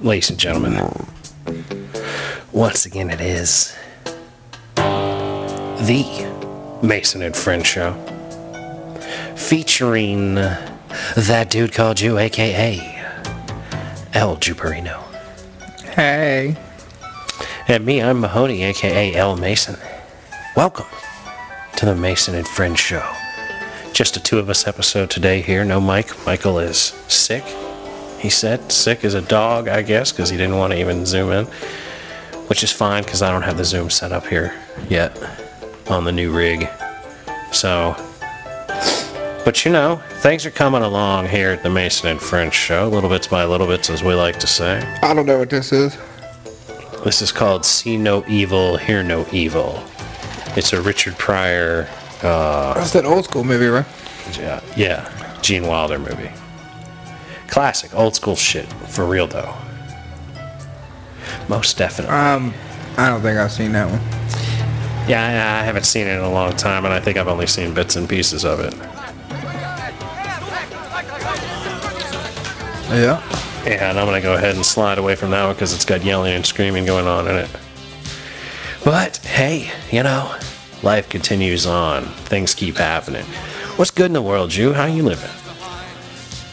ladies and gentlemen, once again it is the Mason and Friend Show featuring that dude called you, aka El Juperino. Hey. And me, I'm Mahoney, aka L Mason. Welcome to the Mason and Friends Show. Just a two of us episode today here. No Mike. Michael is sick. He said sick as a dog, I guess, because he didn't want to even zoom in, which is fine because I don't have the zoom set up here yet on the new rig. So, but you know, things are coming along here at the Mason and Friends Show, little bits by little bits, as we like to say. I don't know what this is. This is called See No Evil, Hear No Evil. It's a Richard Pryor, That's that old school movie, right? yeah, yeah, Gene Wilder movie. Classic, old school shit, for real though. Most definitely. Um, I don't think I've seen that one. Yeah, I, I haven't seen it in a long time, and I think I've only seen bits and pieces of it. Yeah. Yeah, and I'm gonna go ahead and slide away from that one because it's got yelling and screaming going on in it. But hey, you know, life continues on. Things keep happening. What's good in the world, Jew? How you living?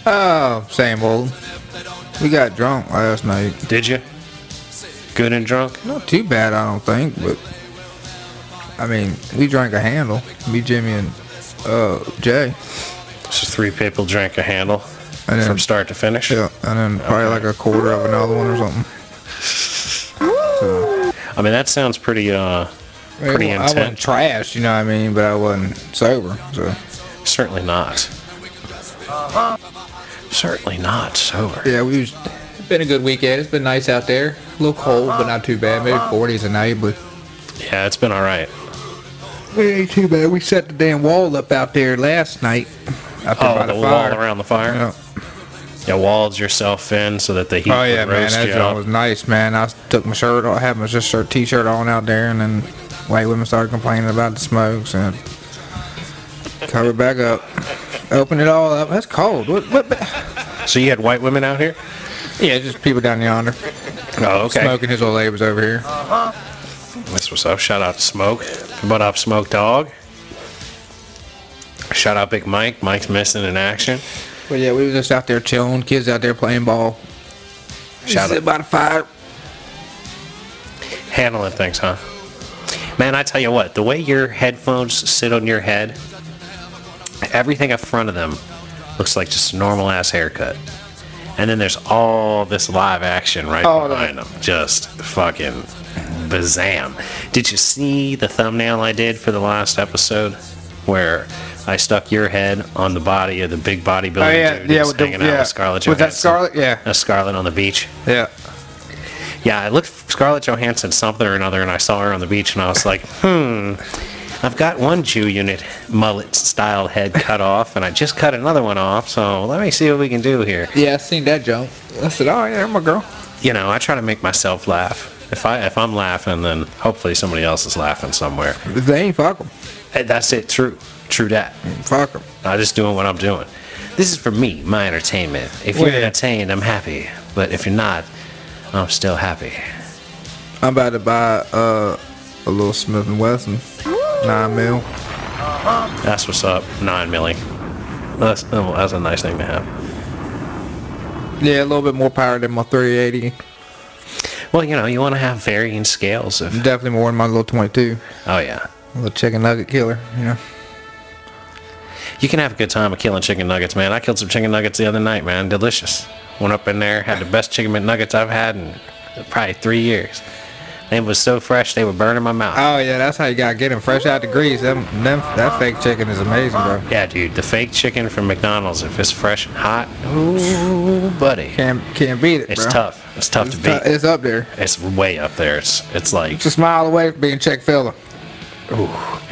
Oh, same old. We got drunk last night. Did you? Good and drunk? Not too bad, I don't think, but I mean, we drank a handle. Me, Jimmy, and uh Jay. So three people drank a handle I didn't- from start to finish. Yeah, and then probably like a quarter of another one or something. I mean, that sounds pretty. uh I, mean, Pretty I wasn't intense. trash, you know what I mean, but I wasn't sober. So Certainly not. Certainly not sober. yeah, we was. It's been a good weekend. It's been nice out there. A little cold, but not too bad. Maybe 40s a night, but Yeah, it's been all right. It ain't too bad. We set the damn wall up out there last night. Up there by Oh, the, the fire. wall around the fire. Yeah. You walled yourself in so that the heat Oh yeah, would man, roast that you joint up. was nice, man. I took my shirt, off, had my just shirt, t-shirt on out there, and then white women started complaining about the smokes and covered back up, opened it all up. That's cold. What? what ba- So you had white women out here? yeah, just people down yonder Oh, okay. smoking his old neighbors over here. This was up. Shout out to Smoke. What up, Smoke Dog? Shout out Big Mike. Mike's missing in action. But yeah, we was just out there chilling, kids out there playing ball. Shout Sit out. by the fire. Handling things, huh? Man, I tell you what, the way your headphones sit on your head, everything up front of them looks like just a normal ass haircut. And then there's all this live action right Oh, behind them. Just fucking bazam. Did you see the thumbnail I did for the last episode where I stuck your head on the body of the big bodybuilding Oh yeah, dude yeah, who's with the- hanging out yeah. with Scarlett Johansson? With that Scarlet, yeah, Uh, Scarlett on the beach. yeah. Yeah, I looked for Scarlett Johansson something or another, and I saw her on the beach, and I was like, hmm, I've got one Jew unit mullet style head cut off, and I just cut another one off, so let me see what we can do here. Yeah, I seen that jump. I said, "Oh yeah, my girl." You know, I try to make myself laugh. If I if I'm laughing, then hopefully somebody else is laughing somewhere. If they ain't fuck 'em, And that's it. True, true that. fuck 'em. I'm just doing what I'm doing. This is for me, my entertainment. If you're Yeah. entertained, I'm happy. But if you're not, I'm still happy. I'm about to buy uh, a little Smith and Wesson, nine mil. That's what's up. Nine milli. That's oh, that's a nice thing to have. Yeah, a little bit more power than my 380. Well, you know, you want to have varying scales of. Definitely more than my little 22, Oh yeah, a little chicken nugget killer. You know, you can have a good time of killing chicken nuggets, man. I killed some chicken nuggets the other night, man. Delicious. Went up in there, had the best chicken nuggets I've had in probably three years. They was so fresh, they were burning my mouth. Oh yeah, that's how you gotta get them fresh out the grease. Them, them, that fake chicken is amazing, bro. yeah, dude, the fake chicken from McDonald's, if it's fresh and hot, ooh, buddy, Can't can't beat it, it's bro. tough. It's tough It's, to tou- beat. it's up there. It's way up there. It's it's like It's a smile away from being Chick Fil A.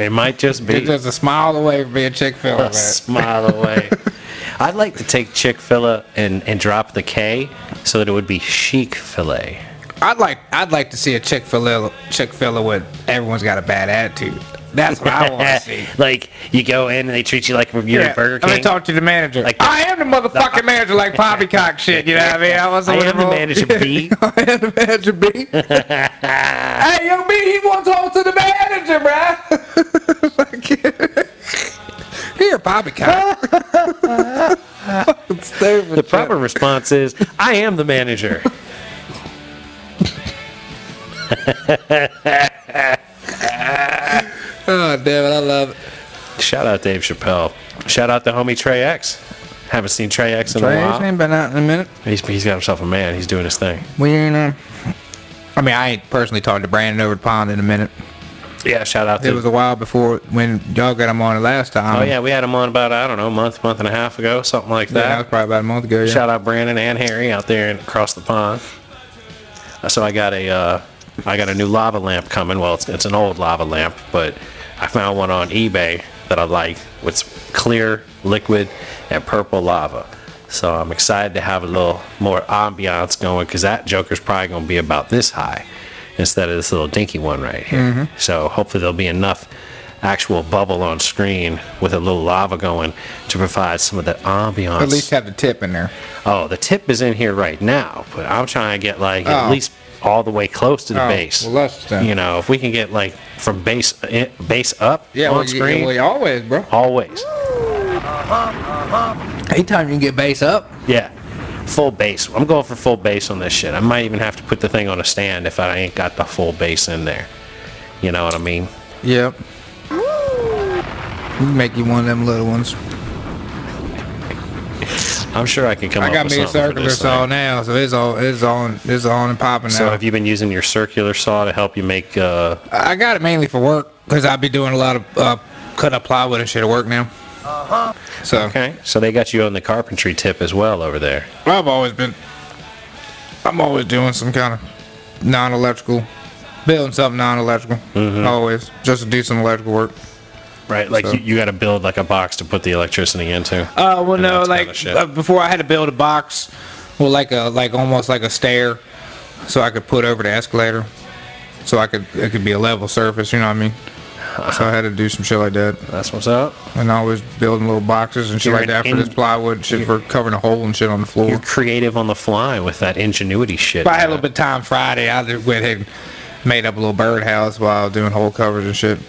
it might just be. It's just a smile away from being Chick Fil A, a man. smile away. I'd like to take Chick Fil A and, and drop the K so that it would be chic fillet. I'd like I'd like to see a Chick Fil A Chick Fil A with everyone's got a bad attitude. That's what I want to see. like you go in and they treat you like you're at Burger I'm King. gonna talk to the manager. Like- I am the motherfucking manager, like poppycock shit. You know what I mean? I was I a am the little- manager B. I am the manager B. hey, yo, B, he wants on to the manager, bruh. Like, Here, poppycock. Fucking Stupid. The shit. proper response is, I am the manager. Oh damn it! I love it. Shout out Dave Chappelle. Shout out the homie Trey X. Haven't seen Trey X in a Trey's while. ain't been out in a minute. He's, he's got himself a man. He's doing his thing. We ain't. Uh, I mean, I ain't personally talked to Brandon over the pond in a minute. Yeah, shout out It to. was a while before when y'all got him on the last time. oh, yeah, we had him on about, I don't know, a month, month and a half ago, something like Yeah, that that. was probably about a month ago. Yeah. Shout out Brandon and Harry out there and across the pond. Uh, So I got a, uh, I got a new lava lamp coming. Well, it's, it's an old lava lamp, but I found one on eBay that I like. It's clear, liquid, and purple lava. So I'm excited to have a little more ambiance going because that Joker's probably going to be about this high instead of this little dinky one right here. Mm-hmm. So hopefully there'll be enough actual bubble on screen with a little lava going to provide some of that ambiance. At least have the tip in there. Oh, the tip is in here right now, but I'm trying to get like Oh. at least all the way close to the Oh, base. well, that's then- you know, if we can get like from base in, base up Yeah, on well, you- screen, well, you always, bro. always. Anytime you can get base up. Yeah, full base. I'm going for full base on this shit. I might even have to put the thing on a stand if I ain't got the full base in there. You know what I mean? Yep. We Make you one of them little ones. I'm sure I can come I up got with me a something for circular this saw thing. now, so it's all it's on it's on and popping now. So, have you been using your circular saw to help you make? Uh, I got it mainly for work because I be doing a lot of uh, cutting up plywood and shit at work now. Uh-huh. So okay, so they got you on the carpentry tip as well over there. I've always been, I'm always doing some kind of non-electrical, building something non-electrical. Mm-hmm. Always just to do some electrical work. Right, like So- you, you got to build like a box to put the electricity into. Uh, well, And no, that's kinda like shit. uh, before I had to build a box, well, like a like almost like a stair, so I could put over the escalator, so I could it could be a level surface. You know what I mean? So I had to do some shit like that, that's what's up. and I was building little boxes and shit You're an like that for in- this plywood and shit for covering a hole and shit on the You're floor. creative on the fly with that ingenuity shit. If I had a man. little bit of time Friday, I just went ahead and made up a little birdhouse while I was doing hole covers and shit.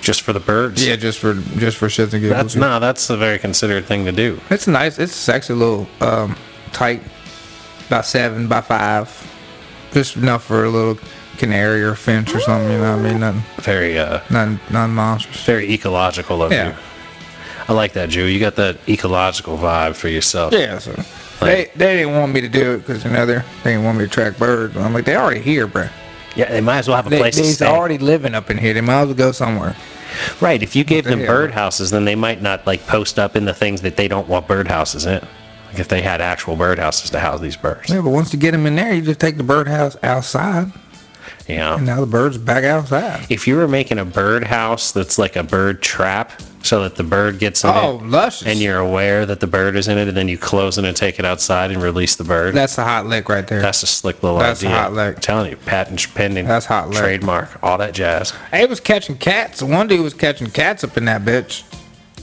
just for the birds. Yeah, just for just for shits and giggles. that's no, that's a very considerate thing to do. It's nice. It's a sexy little um, tight, about seven by five, just enough for a little canary or finch or something. You know what I mean? Nothing, Very, uh, nothing, nothing monstrous. very ecological of Yeah. you. I like that, Jew. You got that ecological vibe for yourself. Yeah. So they they didn't want me to do it because you know they they didn't want me to track birds. I'm like they already here, bro. Yeah, they might as well have a They, place to they's stay. already living up in here. They might as well go somewhere. right. If you gave them Yeah. birdhouses, then they might not like post up in the things that they don't want birdhouses in. Like if they had actual birdhouses to house these birds. Yeah, but once you get them in there, you just take the birdhouse outside, You know? and now the birds back outside. if you were making a bird house that's like a bird trap so that the bird gets in Oh, it luscious! and you're aware that the bird is in it and then you close it and take it outside and release the bird that's a hot lick right there. that's a slick little That's a idea hot lick. i'm telling you patent pending That's hot lick. trademark all that jazz They was catching cats. One dude was catching cats up in that bitch.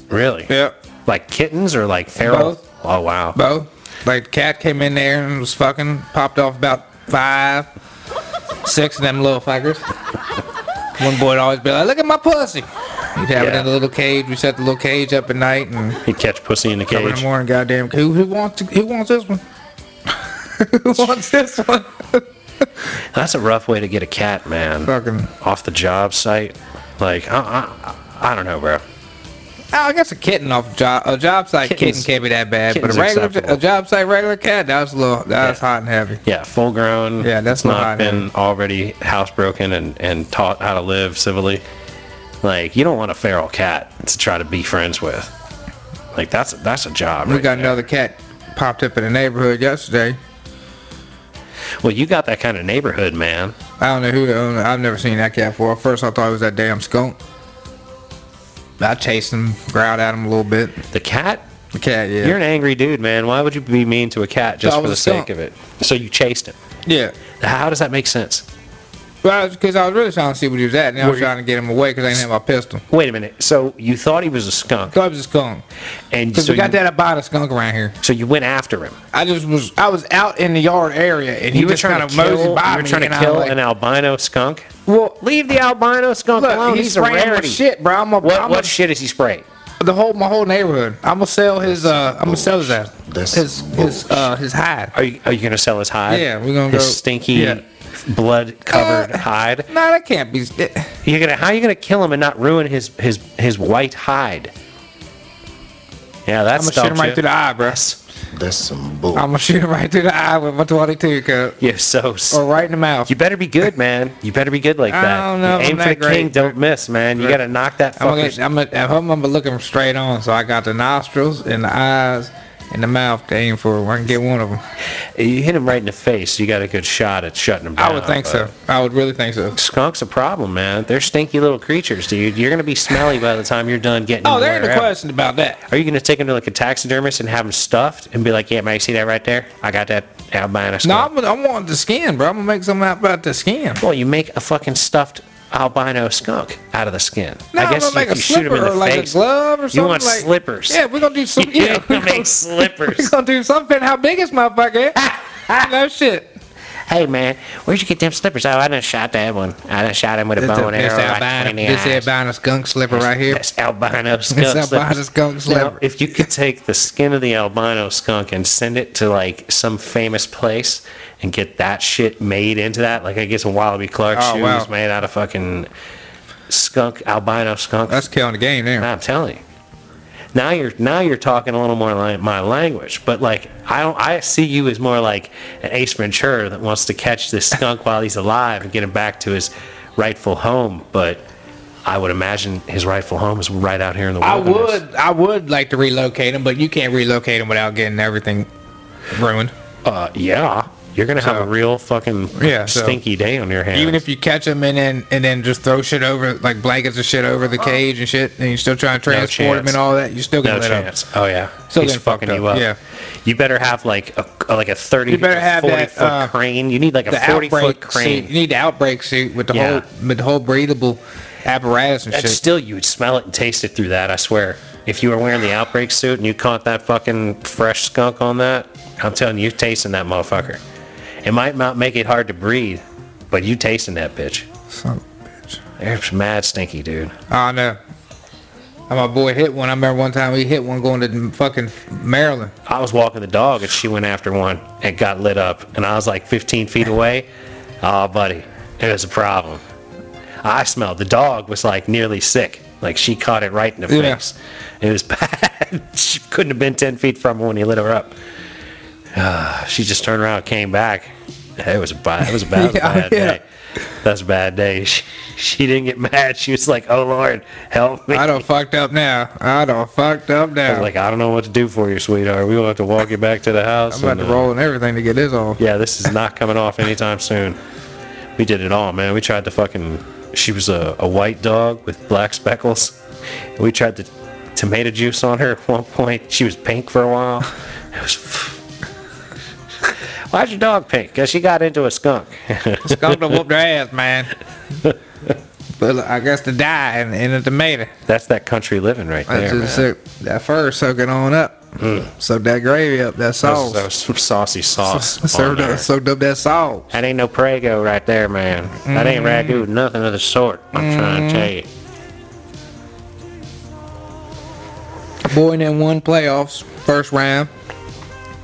really Yep. like kittens or like feral Both. oh wow Bo, like the cat came in there and was fucking popped off about five, six of them little fuckers. One boy would always be like, "Look at my pussy." He'd have it Yeah. in a little cage. We set the little cage up at night and you catch pussy in the up in the cage morning. Goddamn, who, who wants who wants this one? who wants this one? that's a rough way to get a cat man fucking. off the job site like I, I, I don't know bro Oh, I guess a kitten off job. A job site Kittens- kitten can't be that bad, but kittens a regular acceptable. a job site regular cat that was a little that was Yeah. hot and heavy. Yeah, full grown. Yeah, that's it's not not hot been already housebroken and and taught how to live civilly. Like you don't want a feral cat to try to be friends with. Like that's a, that's a job. We right got there. another cat popped up in the neighborhood yesterday. Well, you got that kind of neighborhood, man. I don't know who. owned it. I've never seen that cat before. At First, I thought it was that damn skunk. I chased him, growled at him a little bit. The cat. The cat, yeah, You're an angry dude, man. Why would you be mean to a cat just I for was the a sake skunk. of it? So you chased him. yeah. How does that make sense? Well, because I was really trying to see what he was at, and I Were was you- trying to get him away because I didn't have my pistol. Wait a minute. So you thought he was a skunk, Thought it was a skunk. and Because so we got you, that about a skunk around here. So you went after him. I just was I was out in the yard area, and he You were just kind trying of to kill. moseyed by You were me, trying and to I'm kill like, an albino skunk. Well, Leave the albino skunk alone. look, He's, he's a spraying my rarity. shit, bro. I'm a, What I'm what a- shit is he spraying? the whole my whole neighborhood. I'm gonna sell his uh, I'm gonna sell his ass. This his his uh his hide. Are you, are you gonna sell his hide? Yeah, we're gonna his go- stinky, yeah. blood covered Uh, hide. No, that can't be. that- You're gonna how are you gonna kill him and not ruin his his his white hide? Yeah, I'm that's gonna shoot him right through the eye, bro. That's some bull. I'm gonna shoot him right through the eye with my 22 cut, You're so. s- or right in the mouth. You better be good, man. You better be good like I that. don't know if Aim I'm for the that great, king, don't miss, man. You Right. gotta knock that I'm gonna, fucker. get- I'm gonna, I'm hoping I'm gonna look him straight on. So I got the nostrils and the eyes and the mouth to aim for. I can get one of them. You hit him right in the face. You got a good shot at shutting him down. I would think but- so. I would really think so. Skunk's a problem, man. They're stinky little creatures, dude. You're gonna be smelly by the time you're done getting. Oh, them there ain't where- a question about that. Are you gonna take him to like a taxidermist and have him stuffed and be like, "Yeah, man, you see that right there? I got that albino No, skunk." I'm, I'm wanting the skin, bro. I'm gonna make something out about the skin. Well, you make a fucking stuffed albino skunk out of the skin. No, I guess I'm gonna if make a you shoot him slipper in the or like face, a glove or something. want like, slippers. Yeah, we're gonna do some. You're Yeah, gonna make We're slippers. gonna do something. How big is motherfucker? no shit. hey, man, where'd you get them slippers? Oh, I done shot that one. I done shot him with a bow and this arrow. right albino, between the this eyes. albino skunk slipper right here. That's albino skunk. This albino slippers. skunk Now, slipper. if you could take the skin of the albino skunk and send it to like some famous place and get that shit made into that, like I get some Wallaby Clark Oh, shoes wow. made out of fucking skunk albino skunk. That's killing the game there. I'm telling you. Now you're now you're talking a little more like my language, but like I don't I see you as more like an Ace Ventura that wants to catch this skunk while he's alive and get him back to his rightful home. But I would imagine his rightful home is right out here in the I wilderness. would, I would like to relocate him, but you can't relocate him without getting everything ruined. Uh, yeah, you're gonna have So- a real fucking Yeah, so- stinky day on your hands. Even if you catch him and then and then just throw shit over like blankets and shit over the cage and shit, and you still trying to transport him chance. and all that, you still gonna no let him. chance. Oh yeah, Still he's getting fucked fucking you up, up. yeah. you better have like a like a thirty You better to have forty that, foot uh, crane. You need like a The forty foot outbreak crane. suit. You need the outbreak suit with the Yeah. whole with the whole breathable apparatus and That's shit. still you would smell it and taste it through that. I swear. If you were wearing the outbreak suit and you caught that fucking fresh skunk on that, I'm telling you, you're tasting that motherfucker. It might not make it hard to breathe, but you tasting that bitch. Son of a bitch. It's mad stinky, dude. Oh no. And my boy hit one. I remember one time we hit one going to fucking Maryland. I was walking the dog and she went after one and got lit up, and I was like 15 feet away. Oh, buddy, it was a problem. I smelled the dog was like nearly sick. Like she caught it right in the Yeah. face. It was bad. she couldn't have been 10 feet from her when he lit her up. Ah, she just turned around and came back. It was a bad, it was a bad, it was a Yeah, bad yeah. day. That's a bad day. She, she didn't get mad. She was like, oh, Lord, help me. I don't fucked up now. I don't fucked up now. like, I don't know what to do for you, sweetheart. We're going to have to walk you back to the house. I'm about and, to uh, roll and everything to get this off. Yeah, this is not coming off anytime soon. We did it all, man. We tried to fucking. She was a, a white dog with black speckles. We tried to tomato juice on her at one point. She was pink for a while. It was. Why's your dog pink? Because she got into a skunk. Skunk to whoop their ass, man. But I guess to die in, in a tomato. That's that country living right I there. just man. Mm. soak that fur soaking on up. Soak that gravy up, that That was- sauce. that was some saucy sauce. on Served there. up, soaked up that sauce. That ain't no Prego right there, man. That ain't Mm-hmm. ragu, nothing of the sort. I'm trying to tell you. Boy, and then won playoffs, first round.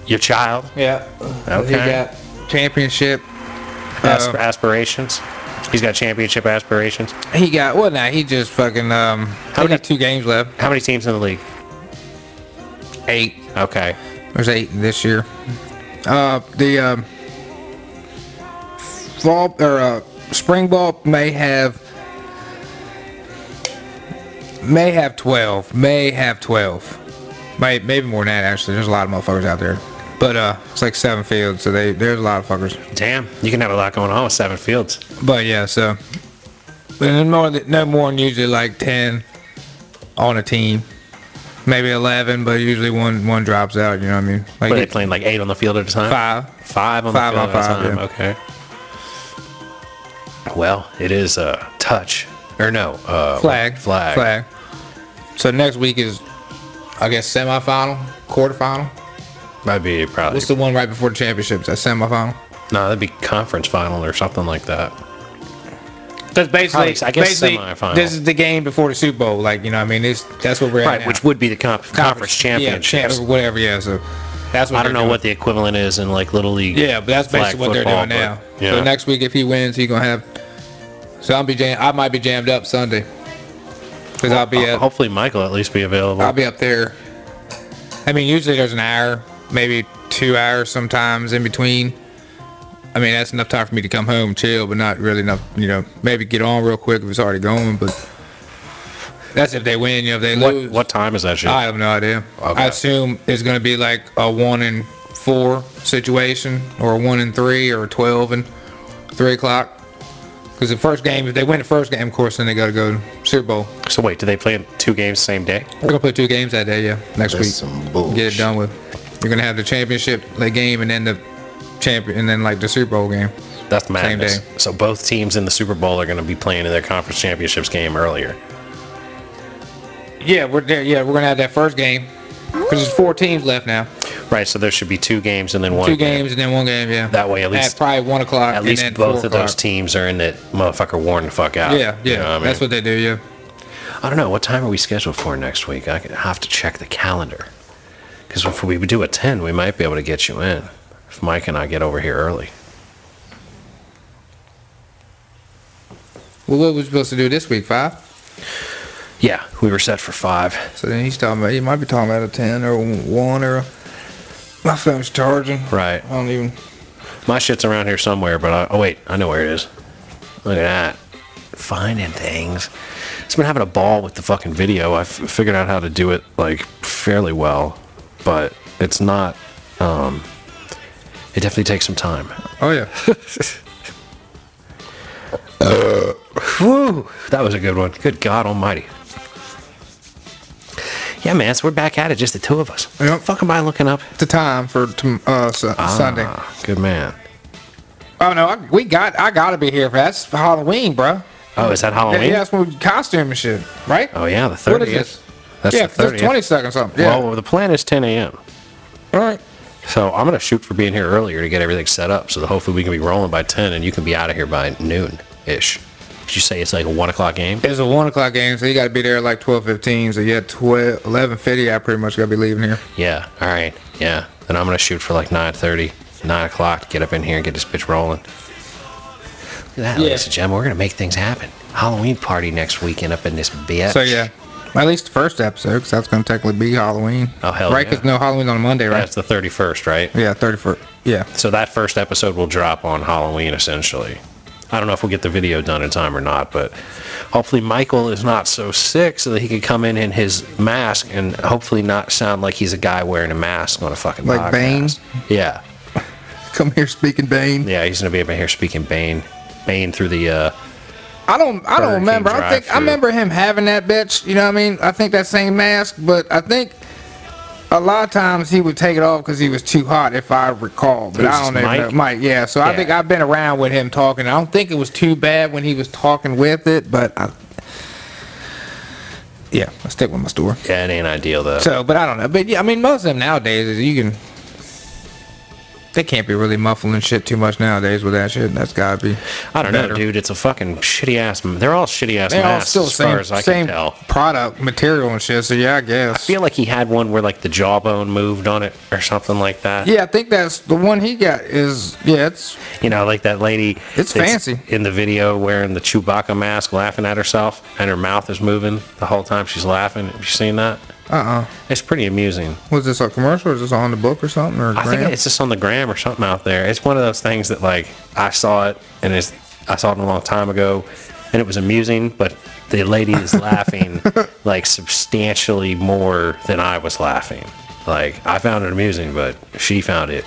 Your child, Yeah. He Okay. got championship. asp- aspirations. He's got championship aspirations. He got well. Now he just fucking. Um, How How many- got two games left? How many teams in the league? Eight. Okay. There's eight this year. Uh, the um, fall or uh, spring ball may have may have twelve. May have twelve. May, maybe more than that. Actually, there's a lot of motherfuckers out there. But uh, it's like seven fields, so they there's a lot of fuckers. Damn, you can have a lot going on with seven fields. But yeah, so but no more than, no more than usually like ten on a team, maybe eleven, but usually one one drops out. You know what I mean? Like Were they playing like eight on the field at a time? five. Five on Five the on field at a five, time. yeah. Okay. Well, it is uh, touch. Or no, uh, Flag. Flag. Flag. So next week is, I guess, semifinal, quarterfinal. That'd be probably. What's the one right before the championships? That semifinal. no, that'd be conference final or something like that. That's basically, I guess, Basically, semifinal. This is the game before the Super Bowl. Like you know, what I mean, this that's what we're at right, now. which would be the comp- conference, championships. yeah, champ- whatever. Yeah, so that's what I don't they're know doing. what the equivalent is in like little league. Yeah, but that's flag basically what football, they're doing now. but, Yeah. So next week, if he wins, he's gonna have. So I'll be jam- I might be jammed up Sunday because I'll Oh, be at, Hopefully, Michael at least be available. I'll be up there. I mean, usually there's an hour, maybe two hours, sometimes in between. I mean, that's enough time for me to come home, chill, but not really enough. You know, maybe get on real quick if it's already going. But that's if they win. You know, if they what, lose, what time is that shit? I have no idea. Okay. I assume it's going to be like a one and four situation, or a one and three, or a twelve and three o'clock. Because the first game, if they win the first game, of course, then they got to go to Super Bowl. so wait, do they play two games same day? We're gonna play two games that day, yeah, next That's week. some bullshit. Get it done with. You're gonna have the championship like, game and then the champion, and then like the Super Bowl game. That's madness. day. So both teams in the Super Bowl are going to be playing in their conference championships game earlier. Yeah, we're there. Yeah, we're gonna have that first game because there's four teams left now. Right. So there should be two games and then one. Two game. games and then one game. Yeah. That way, at least- at probably one o'clock. At and least then both four of those o'clock. teams are in that motherfucker worn the fuck out. Yeah, yeah. You know what I mean? That's what they do. Yeah. I don't know. What time are we scheduled for next week? I could- I have to check the calendar. Because if we do a 10, we might be able to get you in. If Mike and I get over here early. Well, what we supposed to do this week? Five. Yeah, we were set for 5. So then he's talking about. He might be talking about a ten or a one or. A, my phone's charging. Right. I don't even. My shit's around here somewhere, but I, oh wait, I know where it is. Look at that, finding things. It's been having a ball with the fucking video. I f- figured out how to do it like fairly well, but it's not. Um, it definitely takes some time. Oh yeah. Woo! That was a good one. Good God Almighty. Yeah, man. So we're back at it, just the two of us. Yep. Fuck am I looking up? the time for tom uh, su- Sunday. Ah, good man. Oh no, I, we got. I gotta be here for that's Halloween, bro. Oh, is that Yeah, Halloween? yeah, that's when we costume and shit, right? Oh yeah, the What thirtieth. is this? That's yeah, the 'cause it's thirtieth. twenty seconds something. Yeah. Well, the plan is 10 a.m. All right. So I'm gonna shoot for being here earlier to get everything set up, so that hopefully we can be rolling by 10, and you can be out of here by noon ish. Did you say it's like a one o'clock game? It's a one o'clock game, so you gotta be there at like twelve fifteen. So yeah, twelve eleven fifty. I pretty much gotta be leaving here. Yeah. All right. Yeah. Then I'm gonna shoot for like 9:30, 9 o'clock. Get up in here and get this bitch rolling. Look at that, ladies and gentlemen. We're gonna make things happen. Halloween party next weekend up in this bitch. So yeah, at least the first episode, 'cause that's gonna technically be Halloween. Oh, hell Right, yeah. because no Halloween's on a Monday, right? That's the 31st, right? Yeah, thirty first. Yeah. So that first episode will drop on Halloween, essentially. I don't know if we'll get the video done in time or not, but hopefully Michael is not so sick so that he can come in in his mask and hopefully not sound like he's a guy wearing a mask on a fucking Like podcast. Bane? Yeah, Come here speaking Bane. yeah, he's gonna be up in here speaking Bane, Bane through the. Uh, I don't. I Burger don't King remember. I think I drive-thru. remember him having that bitch. You know what I mean? I think that same mask, but I think a lot of times he would take it off because he was too hot, if I recall. But Who's I don't this, know. Mike? Mike? yeah. So I Yeah. think I've been around with him talking. I don't think it was too bad when he was talking with it, but I, yeah, I stick with my story. yeah, it ain't ideal though. So, but I don't know. But yeah, I mean, most of them nowadays is you can. They can't be really muffling shit too much nowadays with that shit. That's gotta be. I don't better. know, dude. It's a fucking shitty ass. They're all shitty ass They all masks still as same, far as I same can tell. product material and shit. So yeah, I guess. I feel like he had one where like the jawbone moved on it or something like that. yeah, I think that's the one he got. Is yeah, it's You know, like that lady. that's It's fancy. In the video wearing the Chewbacca mask, laughing at herself, and her mouth is moving the whole time she's laughing. Have you seen that? uh uh It's pretty amusing. Was this a commercial? Or is this on the book or something? Or I Graham? think it's just on the gram or something out there. It's one of those things that like I saw it and it's I saw it a long time ago, and it was amusing. But the lady is laughing like substantially more than I was laughing. Like I found it amusing, but she found it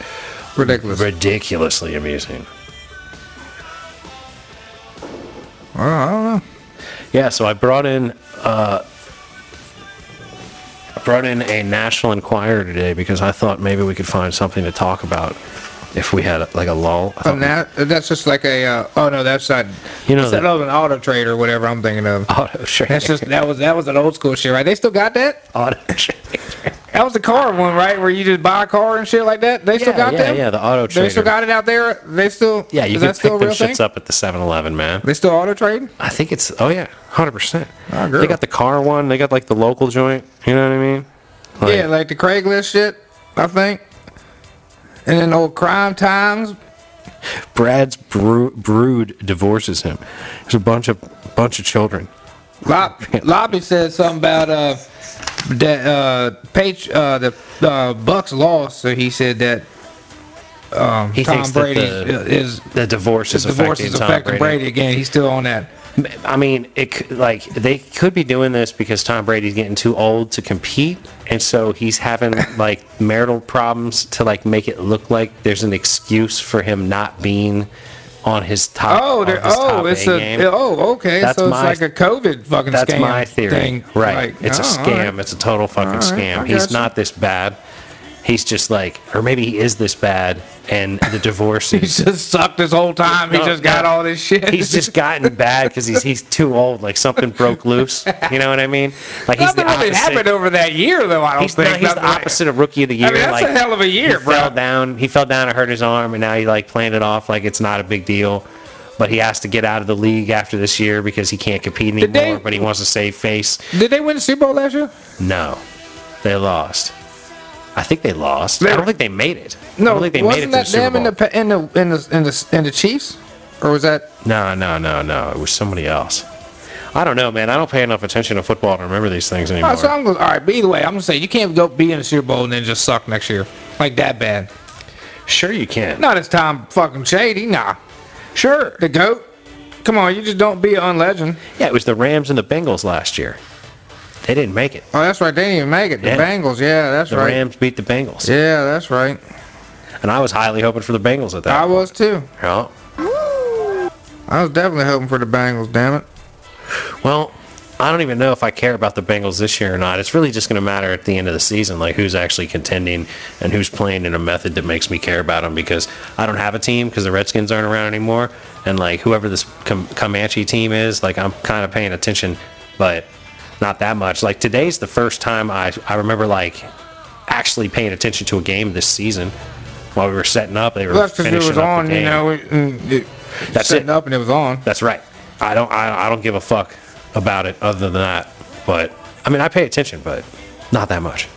ridiculous. ridiculously amusing. Well, I don't know. Yeah, so I brought in uh, I brought in a National Enquirer today because I thought maybe we could find something to talk about if we had like a lull. I Oh, thought- now, that's just like a. Uh, oh no, that's not. You know that's that that- old an auto trade or whatever I'm thinking of. Auto trade. That's just that was that was an old school shit, right? They still got that. auto trade. That was the car one, right? Where you just buy a car and shit like that. They still Yeah, got yeah, them. yeah, the auto They trader. still got it out there. They still. Yeah, you can is that pick still a them real thing? shits up at the 7-Eleven, man. They still auto trade. I think it's oh yeah, hundred percent. Oh, girl. They got the car one. They got like the local joint. You know what I mean? Like, yeah, like the Craigslist shit, I think. And then old Crime Times. Brad's bro- brood divorces him. There's a bunch of bunch of children. Lop- Lobby said something about uh that uh page uh the uh, Bucks lost, so he said that um He Tom thinks that Brady the- is The divorce is his divorce affecting is Tom affecting Brady. Brady. again. He's still on that. I mean, it c- like they could be doing this because Tom Brady's getting too old to compete, and so he's having like marital problems to like make it look like there's an excuse for him not being on his top. Oh, on there, his top oh, it's a game. oh, okay. That's so it's my- like a COVID fucking That's scam my theory, thing. right? Like, it's a oh, all scam. right. It's a total fucking All right, I scam. He's gotcha. not this bad. He's just like, or maybe he is this bad, and the divorce He's is. just sucked this whole time. he No, just got no. all this shit. He's just gotten bad because he's he's too old. Like something broke loose. You know what I mean? Like he's nothing the really opposite. happened over that year, though. I don't He's, think no, he's the Nothing really- opposite of rookie of the year. mean, that's like, a hell of a year, he bro. Fell down. He fell down and hurt his arm, and now he like playing it off like it's not a big deal. But he has to get out of the league after this year because he can't compete anymore. they- but he wants to save face. Did they win the Super Bowl last year? No, they lost. I think they lost. I They- don't think they made it. I No, don't think they made it wasn't to the that Super them Bowl. in the, pa- in the in the in the in the Chiefs, or was that? no, no, no, no. It was somebody else. I don't know, man. I don't pay enough attention to football to remember these things anymore. Oh, so I'm going. All right. But either way, I'm gonna say you can't go be in the Super Bowl and then just suck next year like that bad. sure, you can. Not as Tom fucking Shady. Nah. Sure. The goat. Come on, you just don't be an unlegend. Yeah, it was the Rams and the Bengals last year. They didn't make it. Oh, that's right. They didn't even make it. The Yeah. Bengals. Yeah, that's The right. Rams beat the Bengals. Yeah, that's right. And I was highly hoping for the Bengals at I that. was too. Yeah. I was definitely hoping for the Bengals. Damn it. Well, I don't even know if I care about the Bengals this year or not. It's really just going to matter at the end of the season, like who's actually contending and who's playing in a method that makes me care about them because I don't have a team because the Redskins aren't around anymore. And like whoever this Com- Comanche team is, like I'm kind of paying attention, but not that much. Like today's the first time I, I remember like actually paying attention to a game this season. While we were setting up, they were That's because finishing it was up on. the You game. know. It, and it, That's setting it. up and it was on. That's right. I don't. I, I don't give a fuck about it other than that. But I mean, I pay attention, but not that much.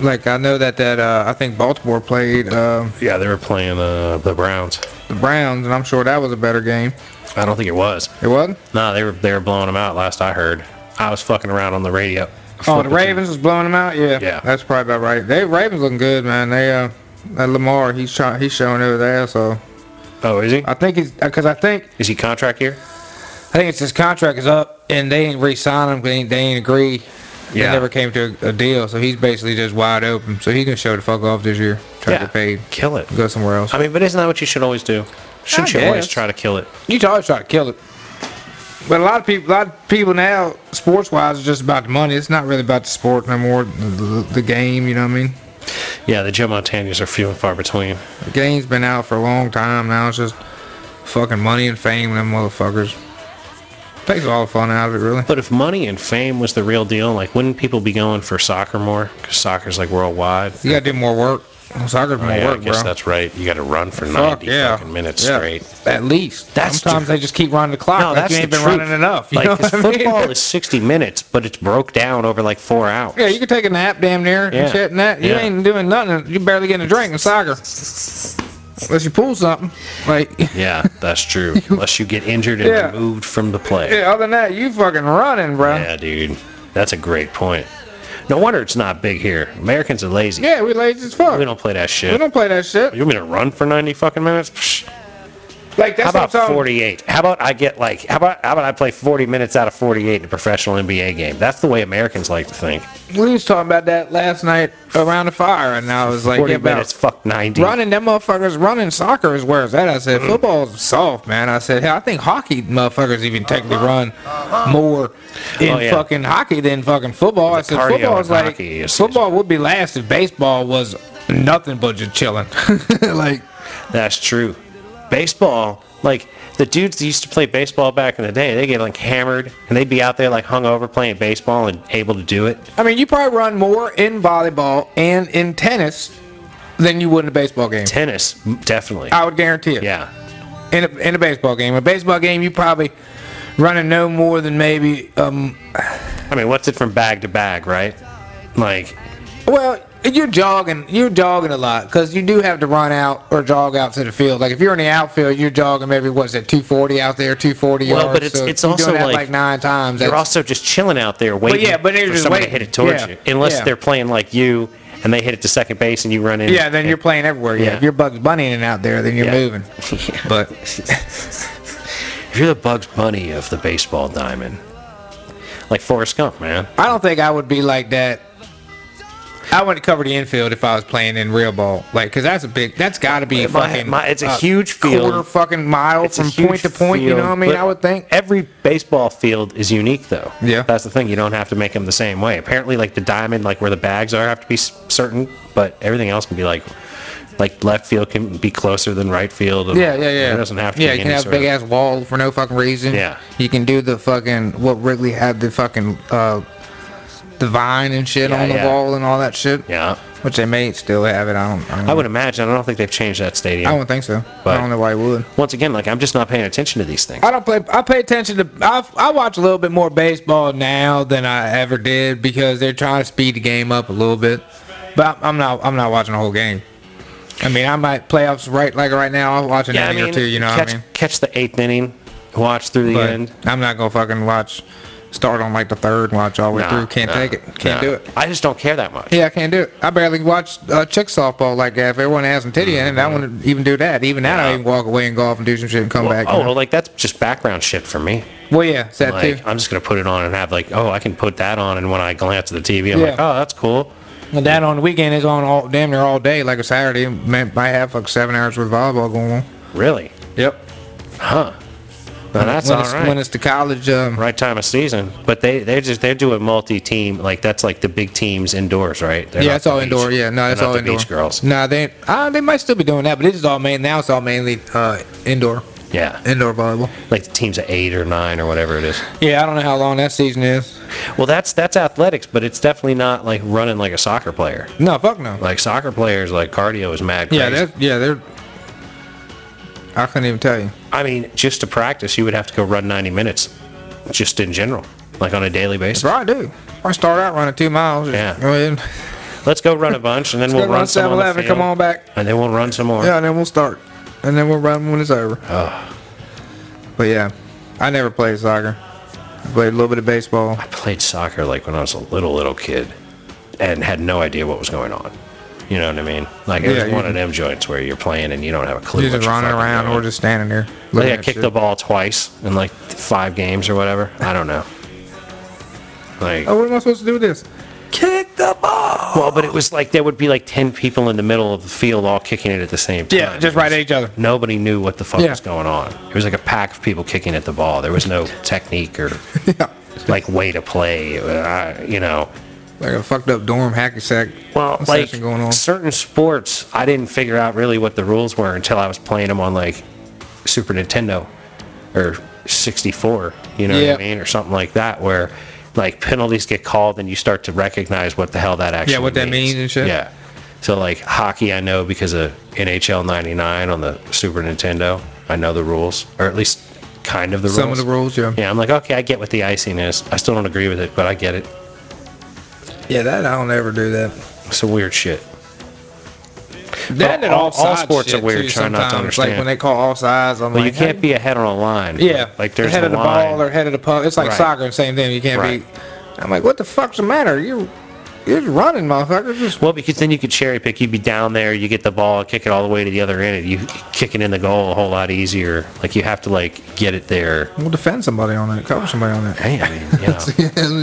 Like I know that that uh, I think Baltimore played uh, Yeah, they were playing uh, the Browns. the Browns, and I'm sure that was a better game. I don't think it was. It wasn't. No, they were they were blowing them out. Last I heard, I was fucking around on the radio. Oh, the Ravens was blowing them out. Yeah, Yeah. that's probably about right. They Ravens looking good, man. They uh, that Lamar, he's trying, he's showing over there. So Oh, is he? I think he's because I think Is he contract here? I think it's his contract is up, and they ain't re-sign him. 'cause They ain't, they ain't agree. They Yeah. never came to a, a deal, so he's basically just wide open. So he's gonna show the fuck off this year, try to get paid, Kill it. go somewhere else. I mean, but isn't that what you should always do? Shouldn't you always guess. try to kill it? You should always try to kill it. But a lot of people, a lot of people now, sports wise, is just about the money. It's not really about the sport no more. The, the, the game, you know what I mean? Yeah, the Joe Montanas are few and far between. The game's been out for a long time now. It's just fucking money and fame, and them motherfuckers. Takes all the fun out of it, really. But if money and fame was the real deal, like wouldn't people be going for soccer more? Because soccer's like worldwide. You gotta do more work. Soccer's more Oh, yeah, work, I guess bro. that's right. You got to run for Fuck 90 yeah, fucking minutes Yeah. straight. At least. That's Sometimes ju- they just keep running the clock. like you ain't been running enough. You like know 'cause what I mean? football is 60 minutes, but it's broke down over like four hours. Yeah, you can take a nap damn near Yeah. and shit and that. You Yeah. ain't doing nothing. You barely getting a drink in soccer. Unless you pull something. Like, Yeah, that's true. Unless you get injured and Yeah. removed from the play. yeah, other than that, you fucking running, bro. Yeah, Yeah, dude, that's a great point. No wonder it's not big here. Americans are lazy. we lazy as fuck. We don't play that shit. We don't play that shit. you want me to run for 90 fucking minutes? Psh, Like, How about that's what I'm talking 48? How about I get like, how about, how about I play 40 minutes out of 48 in a professional NBA game? That's the way Americans like to think. We was talking about that last night around the fire, and I was like, 40 yeah, minutes, about fuck 90. running, them motherfuckers running soccer is where it's at. I Mm. said, football's soft, man. I said, hell, I think hockey motherfuckers even technically run more in Oh, yeah. fucking hockey than fucking football. I said, cardio football's in like, hockey is- football would be last if baseball was Nothing but just chilling. like, That's true. Baseball, like the dudes that used to play baseball back in the day, they get like hammered and they'd be out there like hungover playing baseball and able to do it. I mean, you probably run more in volleyball and in tennis than you would in a baseball game. Tennis, m- definitely. I would guarantee it. Yeah. In a, in a baseball game. A baseball game, you probably running no more than maybe, um, I mean, what's it from bag to bag, right? Like, well, you're jogging. You're jogging a lot because you do have to run out or jog out to the field. Like if you're in the outfield, you're jogging maybe what's it, 240 out there, 240 Well, yards. but it's- so it's you're also doing that like- like, nine times. you're that's- also just chilling out there waiting yeah, but they're for just somebody to waiting. hit it towards Yeah. you. Unless Yeah. they're playing like you and they hit it to second base and you run in. yeah, then you're playing everywhere. Yeah, Yeah. if you're Bugs Bunny and out there, then you're Yeah. moving. But If you're the Bugs Bunny of the baseball diamond, like Forrest Gump, man. I don't think I would be like that. I wouldn't cover the infield if I was playing in real ball, like because that's a big. That's got to be My- fucking. my- it's a uh, huge field. quarter fucking mile It's a from huge point to point. you field, know what I mean? but I would think. Every baseball field is unique, though. Yeah. That's the thing. You don't have to make them the same way. Apparently, like the diamond, like where the bags are, have to be s- certain, but everything else can be like, like left field can be closer than right field. and Yeah, yeah, yeah. It doesn't have to. Yeah, be you can any have a sort of- big ass wall for no fucking reason. Yeah. You can do the fucking what Wrigley had the fucking uh, the vine and shit Yeah, on the yeah. wall and all that shit. Yeah. Which they may still have it. I don't. I, don't, I would imagine. I don't think they've changed that stadium. I don't think so. But- I don't know why you would. Once again, like I'm just not paying attention to these things. I don't play. I pay attention to. I, I watch a little bit more baseball now than I ever did because they're trying to speed the game up a little bit. But I'm not. I'm not watching the whole game. I mean, I might playoffs right like right now. I'm watching an inning or two. You know catch, what I mean? catch the eighth inning, watch through the But end. I'm not gonna fucking watch. Start on like the third. and Watch all the way Nah, through. Can't nah, take it. Can't nah. do it. I just don't care that much. Yeah, I can't do it. I barely watch uh, chick softball like that. If everyone has some titty in it, I wouldn't even do that. Even that, I Yeah. even walk away and golf and do some shit and come Mm-hmm. Well, back. you oh, know? well, like that's just background shit for me. well, yeah, it's that Like too. I'm just gonna put it on and have like, oh, I can put that on, and when I glance at the TV, I'm like, Yeah. oh, that's cool. And that on the weekend is on all damn near all day, like a Saturday. Man, Might have like seven hours with volleyball going on. Really? Yep. Huh? Now that's when all it's, right. When it's the college, um, right time of season, but they they just they're doing multi-team. Like that's like the big teams indoors, right? They're yeah, not it's the all beach- indoor. Yeah, no, they're it's not all the indoor. Beach girls. Nah, they uh, they might still be doing that, but this is all main now. It's all mainly uh, indoor, Yeah, indoor volleyball. like the teams of eight or nine or whatever it is. Yeah, I don't know how long that season is. Well, that's that's athletics, but it's definitely not like running like a soccer player. No, fuck no. Like soccer players, like cardio is mad. Crazy. yeah, that yeah, they're. I couldn't even tell you. I mean, just to practice, you would have to go run 90 minutes, just in general, like on a daily basis. Bro, I do. I start out running two miles. just Yeah. Go ahead. Let's go run a bunch, and then we'll go run run some on the 7-Eleven, field, come on back. and then we'll run some more. Yeah, and then we'll start, and then we'll run when it's over. But yeah, I never played soccer. I played a little bit of baseball. I played soccer like when I was a little little kid, and had no idea what was going on. You know what I mean? Like it Yeah, was you- one of them joints where you're playing and you don't have a clue. You're what just you're running fucking around doing. or just standing there. I looking think I at kicked shit. the ball twice in like five games or whatever. I don't know. Like Oh, what am I supposed to do with this? Kick the ball. Well, but it was like there would be like ten people in the middle of the field all kicking it at the same time. Yeah, just right at each other. Nobody knew what the fuck Yeah. was going on. It was like a pack of people kicking at the ball. There was no technique or like way to play. uh, you know, Like a fucked up dorm hacky sack. well, like session going on. certain sports, I didn't figure out really what the rules were until I was playing them on like Super Nintendo or 64. You know Yeah. what I mean, or something like that, where like penalties get called and you start to recognize what the hell that actually what that means. means and shit. Yeah. So like hockey, I know because of NHL '99 on the Super Nintendo. I know the rules, or at least kind of the Some of rules. the rules, yeah. Yeah, I'm like, okay, I get what the icing is. I still don't agree with it, but I get it. Yeah, that I don't ever do that. Some weird shit. That all- all offside sports are shit, weird. too, Try not to sometimes. understand. Like when they call all sides, I'm Well, like, you can't be ahead on a line. Yeah, like there's head a of the line. ball or head of the puck. It's like Right. soccer, same thing. You can't Right. be. I'm like, what the fuck's the matter? You, you're just running, motherfucker. Just Well, because then you could cherry pick. You'd be down there, you get the ball, kick it all the way to the other end, and you kick it in the goal a whole lot easier. Like you have to like get it there. we'll defend somebody on that. Cover somebody on that. Hey, I mean, you know,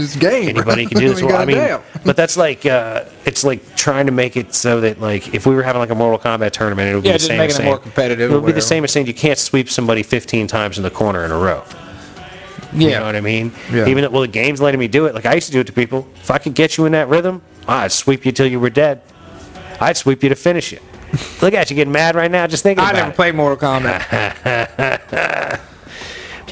it's game. bro. anybody can do this. We Well, I gotta mean, deal. but that's like uh, it's like trying to make it so that like if we were having like a Mortal Kombat tournament, it would be Yeah, the just same. making as it saying- more competitive It or would be the whatever. same as saying you can't sweep somebody 15 times in the corner in a row. You know what I mean? Yeah. Even though, well, the game's letting me do it. Like I used to do it to people. If I could get you in that rhythm, I'd sweep you till you were dead. I'd sweep you to finish it. Look at you getting mad right now just thinking I about never it. played Mortal Kombat. Yeah,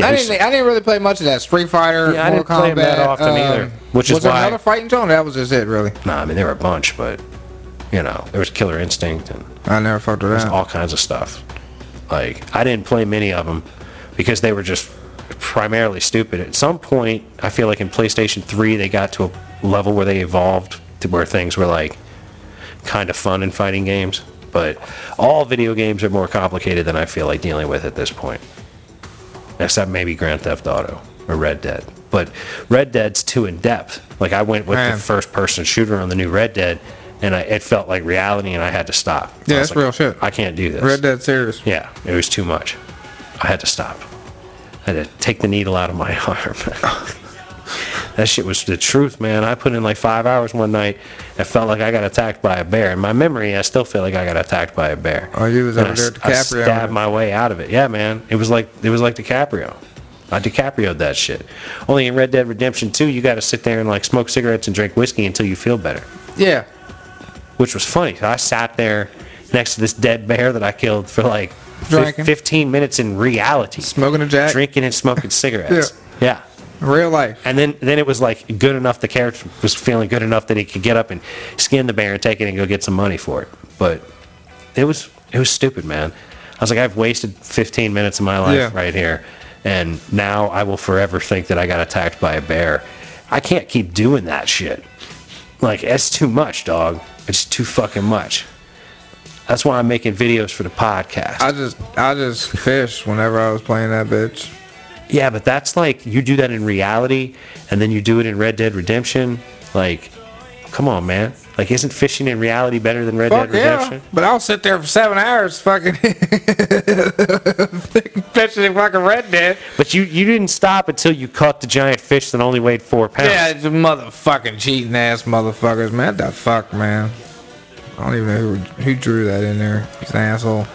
I we- didn't. I didn't really play much of that. Street Fighter, Yeah, I Mortal didn't play 'em Kombat. that often um, either, which is was there why- another fighting zone. That was just it, really. nah, I mean, there were a bunch, but, you know, there was Killer Instinct and I never fucked with that. all kinds of stuff. Like I didn't play many of them because they were just primarily stupid. At some point, I feel like in PlayStation 3, they got to a level where they evolved to where things were like kind of fun in fighting games. But all video games are more complicated than I feel like dealing with at this point. Except maybe Grand Theft Auto or Red Dead. But Red Dead's too in depth. Like I went with Man. the first person shooter on the new Red Dead and I, it felt like reality and I had to stop. Yeah, I was that's real shit. I can't do this. Red Dead series. Yeah, it was too much. I had to stop. I had to take the needle out of my arm. that shit was the truth, man. I put in like five hours one night and felt like I got attacked by a bear. In my memory, I still feel like I got attacked by a bear. Oh, you was And over I there s- at I DiCaprio. stabbed my way out of it. Yeah, man. It was like it was like DiCaprio. I DiCaprio'd that shit. Only in Red Dead Redemption 2, you got to sit there and like smoke cigarettes and drink whiskey until you feel better Yeah. which was funny. So I sat there next to this dead bear that I killed for like fif- Drinking. 15 minutes in reality, Smoking a jack. drinking and smoking cigarettes. yeah. Real life. And then, then it was like good enough. The character was feeling good enough that he could get up and skin the bear and take it and go get some money for it. But it was it was stupid, man. I was like, I've wasted 15 minutes of my life Yeah. right here, and now I will forever think that I got attacked by a bear. I can't keep doing that shit. Like that's too much, dog. It's too fucking much. That's why I'm making videos for the podcast. I just I just fished whenever I was playing that bitch. Yeah, but that's like you do that in reality, and then you do it in Red Dead Redemption. Like, come on, man. Like, isn't fishing in reality better than Red Dead Fuck Redemption? yeah. But I'll sit there for seven hours fucking fishing in fucking Red Dead. But you you didn't stop until you caught the giant fish that only weighed four pounds. Yeah, it's motherfucking cheating ass motherfuckers, man. What the fuck, man? I don't even know who who drew that in there. He's an asshole.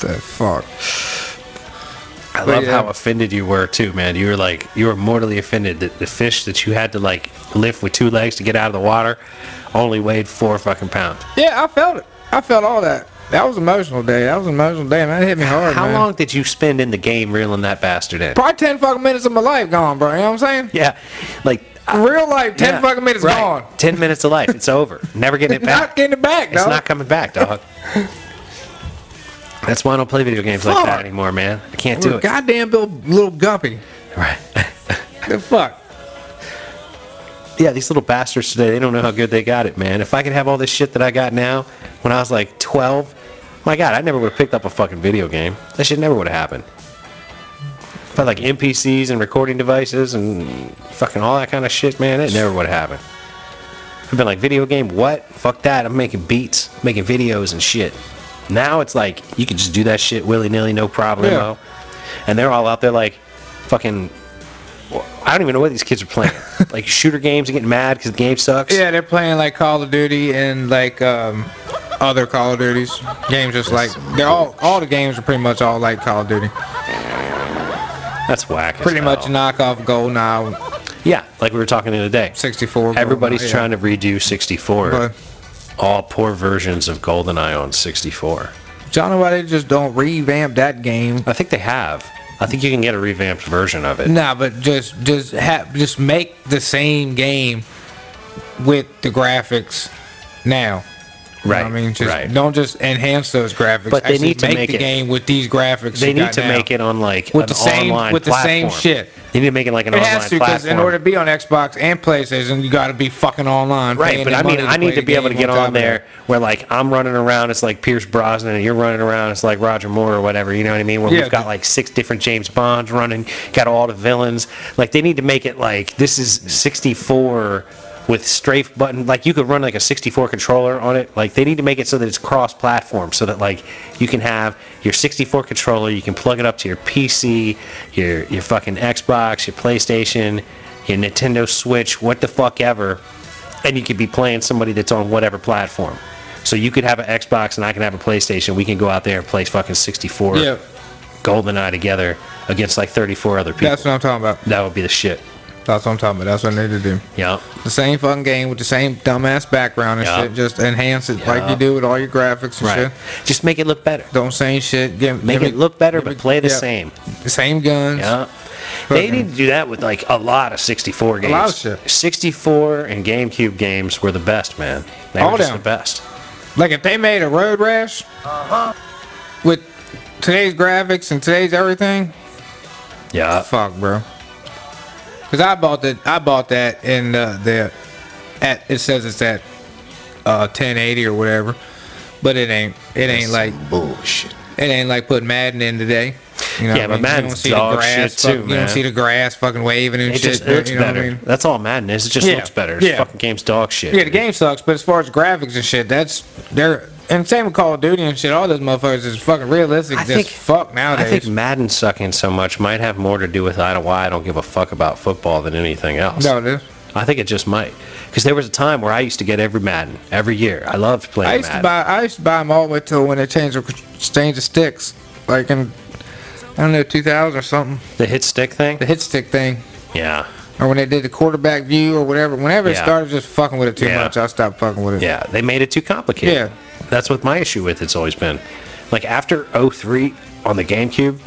the fuck. I love yeah. how offended you were too, man. You were like you were mortally offended that the fish that you had to like lift with two legs to get out of the water only weighed four fucking pounds. Yeah, I felt it. I felt all that. That was an emotional day. That was an emotional day, man. That hit me hard, How man. long did you spend in the game reeling that bastard in? Probably ten fucking minutes of my life gone, bro. You know what I'm saying? Yeah, like Real life, ten yeah, fucking minutes right. gone. Ten minutes of life. It's over. Never getting it back. Not getting it back, It's dog. not coming back, dog. That's why I don't play video games like Fuck. that anymore, man. I can't We're do it. Goddamn, Bill, little guppy. Right. The fuck. yeah, these little bastards today, they don't know how good they got it, man. If I could have all this shit that I got now when I was like 12, my God, I never would have picked up a fucking video game. That shit never would have happened. If I had like NPCs and recording devices and fucking all that kind of shit, man, it never would have happened. I've been like, video game, what? Fuck that. I'm making beats, making videos and shit. Now it's like, you can just do that shit willy nilly, no problem. Yeah. mo. And they're all out there like, fucking. I don't even know what these kids are playing. like shooter games and getting mad because the game sucks. Yeah, they're playing like Call of Duty and like um, other Call of Duties games. Just like they're all all the games are pretty much all like Call of Duty. That's whack. as Pretty hell. much knockoff GoldenEye Yeah, like we were talking the other day. 64. Everybody's GoldenEye, yeah. trying to redo 64. But All poor versions of GoldenEye on 64. John, why they just don't revamp that game? I think they have. I think you can get a revamped version of it. Nah, but just just ha- just make the same game with the graphics now. You know Right, what I mean, just right. don't just enhance those graphics. But they Actually need to make make the it- game with these graphics. they you need got to now. make it on like With an the same- online with the same platform. shit. They need to make it like an It online has to platform. because in order to be on Xbox and PlayStation, you got to be fucking online. Right, paying but the I mean, money I play need to the be able to game get top on of that. there where like I'm running around, it's like Pierce Brosnan, and you're running around, it's like Roger Moore or whatever. You know what I mean? Where Yeah, we've got but- like six different James Bonds running, got all the villains. Like they need to make it like this is 64 with strafe button. Like you could run like a 64 controller on it. Like they need to make it so that it's cross-platform, so that like you can have your 64 controller, you can plug it up to your PC, your your fucking Xbox, your PlayStation, your Nintendo Switch, what the fuck ever and you could be playing somebody that's on whatever platform. So you could have an Xbox and I can have a PlayStation. We can go out there and play fucking 64 Yeah. GoldenEye together against like 34 other people. That's what I'm talking about. that would be the shit. That's what I'm talking about. That's what I need to do. Yep. The same fucking game with the same dumbass background and Yeah. shit. Just enhance it like Yeah. you do with all your graphics and Right. shit. Just make it look better. Don't say shit. Give, Make give it look better, give but play the yeah. same. Same guns. Yeah. They Fucking- need to do that with like a lot of 64 games. lot of shit. 64 and GameCube games were the best, man. They All were just down. the best. Like if they made a road rash with today's graphics and today's everything, Yeah. Uh, fuck, bro. Cause I bought that. I bought that in uh, the at. It says it's at uh, 1080 or whatever, but it ain't. It ain't like Bullshit. it ain't like putting Madden in today. You know Yeah, what but I mean? You don't Madden's see the dog grass shit too, fuck- You man. don't see the grass fucking waving and It shit. just looks you know better. what I mean? That's all Madden is. It just Yeah. looks better. This Yeah. fucking game's dog shit. Yeah, the dude. game sucks, but as far as graphics and shit, that's they're and same with Call of Duty and shit. All those motherfuckers is fucking realistic I as think- fuck nowadays. I think Madden sucking so much might have more to do with I don't why I don't give a fuck about football than anything else. no, dude. I think it just might. Because there was a time where I used to get every Madden every year. I loved playing I used to Madden. buy I used to buy them all the way till when they changed the change the sticks, like in I don't know 2000 or something. the hit stick thing? The hit stick thing, Yeah. or when they did the quarterback view or whatever. Whenever it Yeah. started just fucking with it too Yeah. much, I stopped fucking with it. Yeah, they made it too complicated. Yeah. That's what my issue with it's always been. Like after 03 on the GameCube,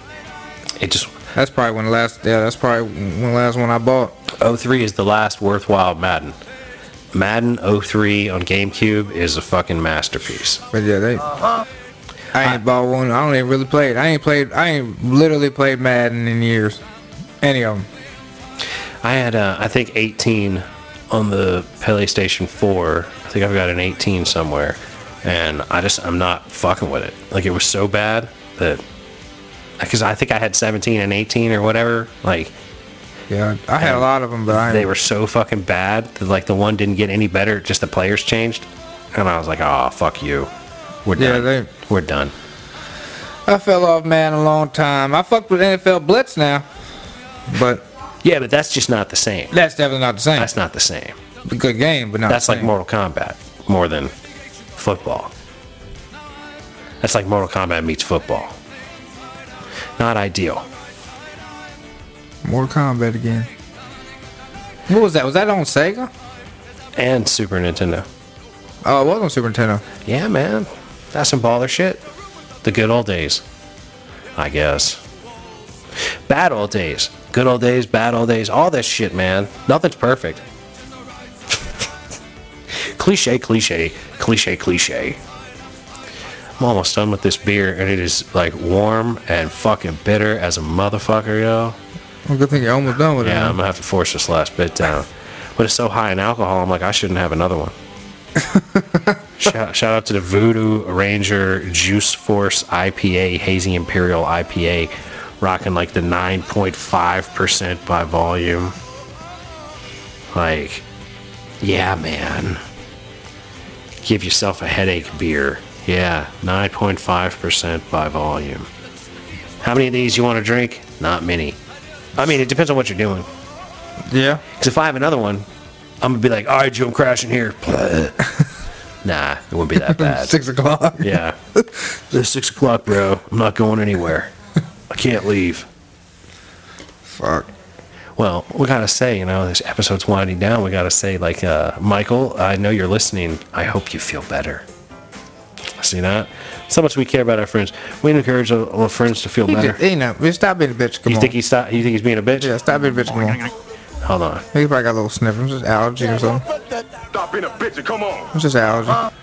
it just That's probably when the last yeah that's probably when the last one I bought. 03 is the last worthwhile Madden. Madden 03 on GameCube is a fucking masterpiece. But yeah, they. I Uh-huh. ain't bought one. I don't even really play it. I ain't played. I ain't literally played Madden in years. Any of them. I had uh, I think 18 on the PlayStation 4. I think I've got an 18 somewhere, and I just I'm not fucking with it. Like it was so bad that because I think I had 17 and 18 or whatever. Like Yeah, I had a lot of them, but I ain't. they were so fucking bad that like the one didn't get any better. Just the players changed, and I was like, oh fuck you, we're Yeah, done. they- We're done. I fell off Madden a long time. I fucked with NFL Blitz now, but Yeah, but that's just not the same. that's definitely not the same. That's not the same. It's a good game, but not. That's the like same. Mortal Kombat more than football. That's like Mortal Kombat meets football. Not ideal. Mortal Kombat again. What was that? Was that on Sega? And Super Nintendo. Oh, it was on Super Nintendo. Yeah, man. That's some baller shit. The good old days. I guess. Bad old days. Good old days, bad old days. All this shit, man. Nothing's perfect. cliche, cliche, cliche, cliche. I'm almost done with this beer, and it is like warm and fucking bitter as a motherfucker, yo. Well, good thing you're almost done with Yeah, I'm it. gonna have to force this last bit down. But it's so high in alcohol, I'm like, I shouldn't have another one. shout, shout out to the Voodoo Ranger Juice Force IPA, Hazy Imperial IPA, rocking like the 9.5% by volume. Like, yeah, man. Give yourself a headache beer. Yeah, 9.5% by volume. How many of these you want to drink? Not many. I mean, it depends on what you're doing. Yeah. Because if I have another one, I'm gonna be like, all right, Joe, I'm crashing here. nah, it wouldn't be that bad. Six o'clock. yeah, it's six o'clock, bro. I'm not going anywhere. I can't leave. Fuck. Well, we gotta say, you know, this episode's winding down. We gotta say, like, uh, Michael, I know you're listening. I hope you feel better. See that? So much we care about our friends. We encourage our, our friends to feel You, better. just, you know, just stop being a bitch. Come You on. think he's not, you think he's being a bitch? yeah, stop being a bitch. Come on. Hold on. He probably got a little sniffles, just allergy or something. Stop being a bitch and come on. It's just allergy.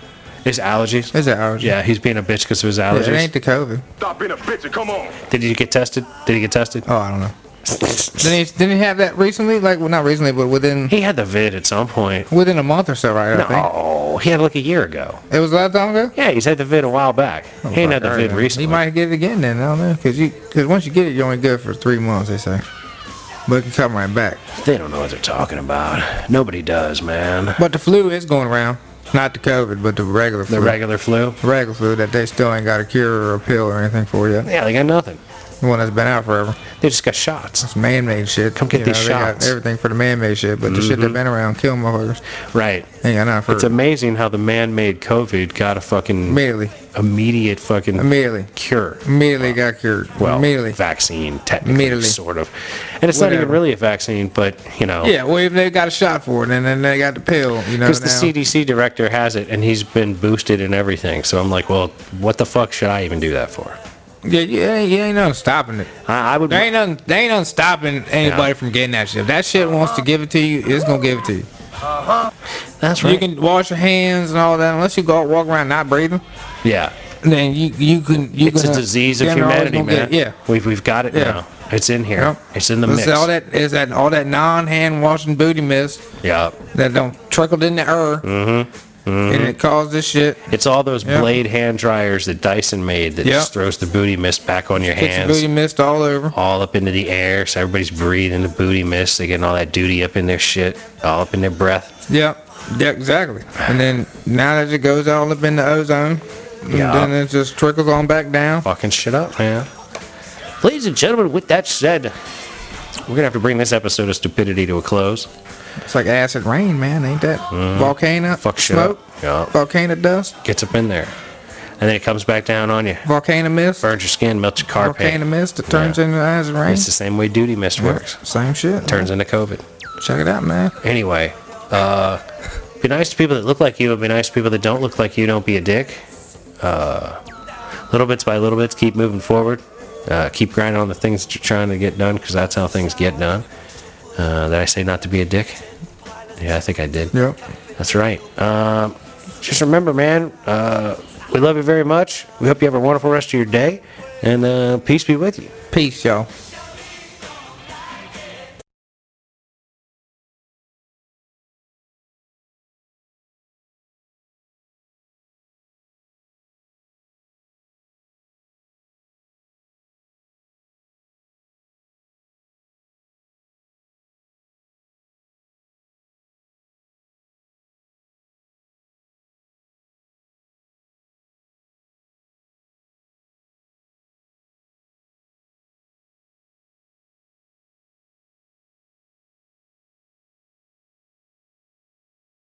His allergies. It's an allergy. Yeah, he's being a bitch because of his Yeah, it allergies. ain't the COVID. Stop being a bitch and come on. Did he get tested? Did he get tested? Oh, I don't know. Didn't he, didn't he have that recently? Like, well, not recently, but within He had the vid at some point. within a month or so, right? I think No, he had it like a year ago. it was a lot time ago. Yeah, he's had the vid a while back. Oh, he ain't had the vid recently. He might get it again then. I don't know, cause you, cause once you get it, you're only good for three months. They say, but it can come right back. They don't know what they're talking about. Nobody does, man. But the flu is going around, not the COVID, but the regular The flu. regular flu. regular flu that they still ain't got a cure or a pill or anything for yet. Yeah, they got nothing. The one that's been out forever. They just got shots. It's man-made shit. Come get you these they got shots. everything for the man-made shit, but the shit that been around kill motherfuckers. Right. Ain't got nothing for It's amazing how the man-made COVID got a fucking immediately, immediate fucking immediately, cure. immediately got cured. Well, immediately. vaccine technically, Immediately. sort of, and it's not even Whatever. really a vaccine, but you know, Yeah, well, if they got a shot for it, and then they got the pill, you know. Because the now. CDC director has it, and he's been boosted and everything. So I'm like, well, what the fuck should I even do that for? Yeah, yeah, yeah, ain't nothing stopping it. I, I would. There ain't nothing, there ain't nothing stopping anybody Yeah. from getting that shit. If that shit wants to give it to you, it's gonna give it to you. That's You can wash your hands and all that, unless you go out, walk around not breathing. yeah, Then you you can you it's a gonna- disease of then they're always humanity, gonna man. get- yeah. we've we've got it Yeah. now. It's in here. Yep. It's in the It's mix. all that is that all that non-hand washing booty mist yeah, that don't trickled in the air, mm-hmm. and it caused this shit. it's all those Yeah. blade hand dryers that Dyson made that Yep. just throws the booty mist back on your Puts the hands. booty mist all over. all up into the air, so everybody's breathing the booty mist. They're getting all that duty up in their shit, all up in their breath. Yeah, yeah, exactly. And then now that it goes all up in the ozone, and Yeah. then it just trickles on back down. Fucking shit up, man. Ladies and gentlemen, with that said, we're gonna have to bring this episode of stupidity to a close. It's like acid rain, man. Ain't that volcano Mm-hmm. Fuck shit smoke? up. Yeah. Volcano dust, Gets up in there, and then it comes back down on you. volcano mist, Burns your skin, melts your car volcano paint. mist that turns Yeah. into acid rain. It's the same way duty mist works. Same shit. Turns into COVID. Check it out, man. Anyway, uh, be nice to people that look like you, and be nice to people that don't look like you. Don't be a dick. Uh, little bits by little bits, keep moving forward. Uh, keep grinding on the things that you're trying to get done, because that's how things get done. Uh, did I say not to be a dick? Yeah, I think I did. Yep. That's right. Um, just remember, man, uh, we love you very much. We hope you have a wonderful rest of your day, and uh, peace be with you. Peace, y'all.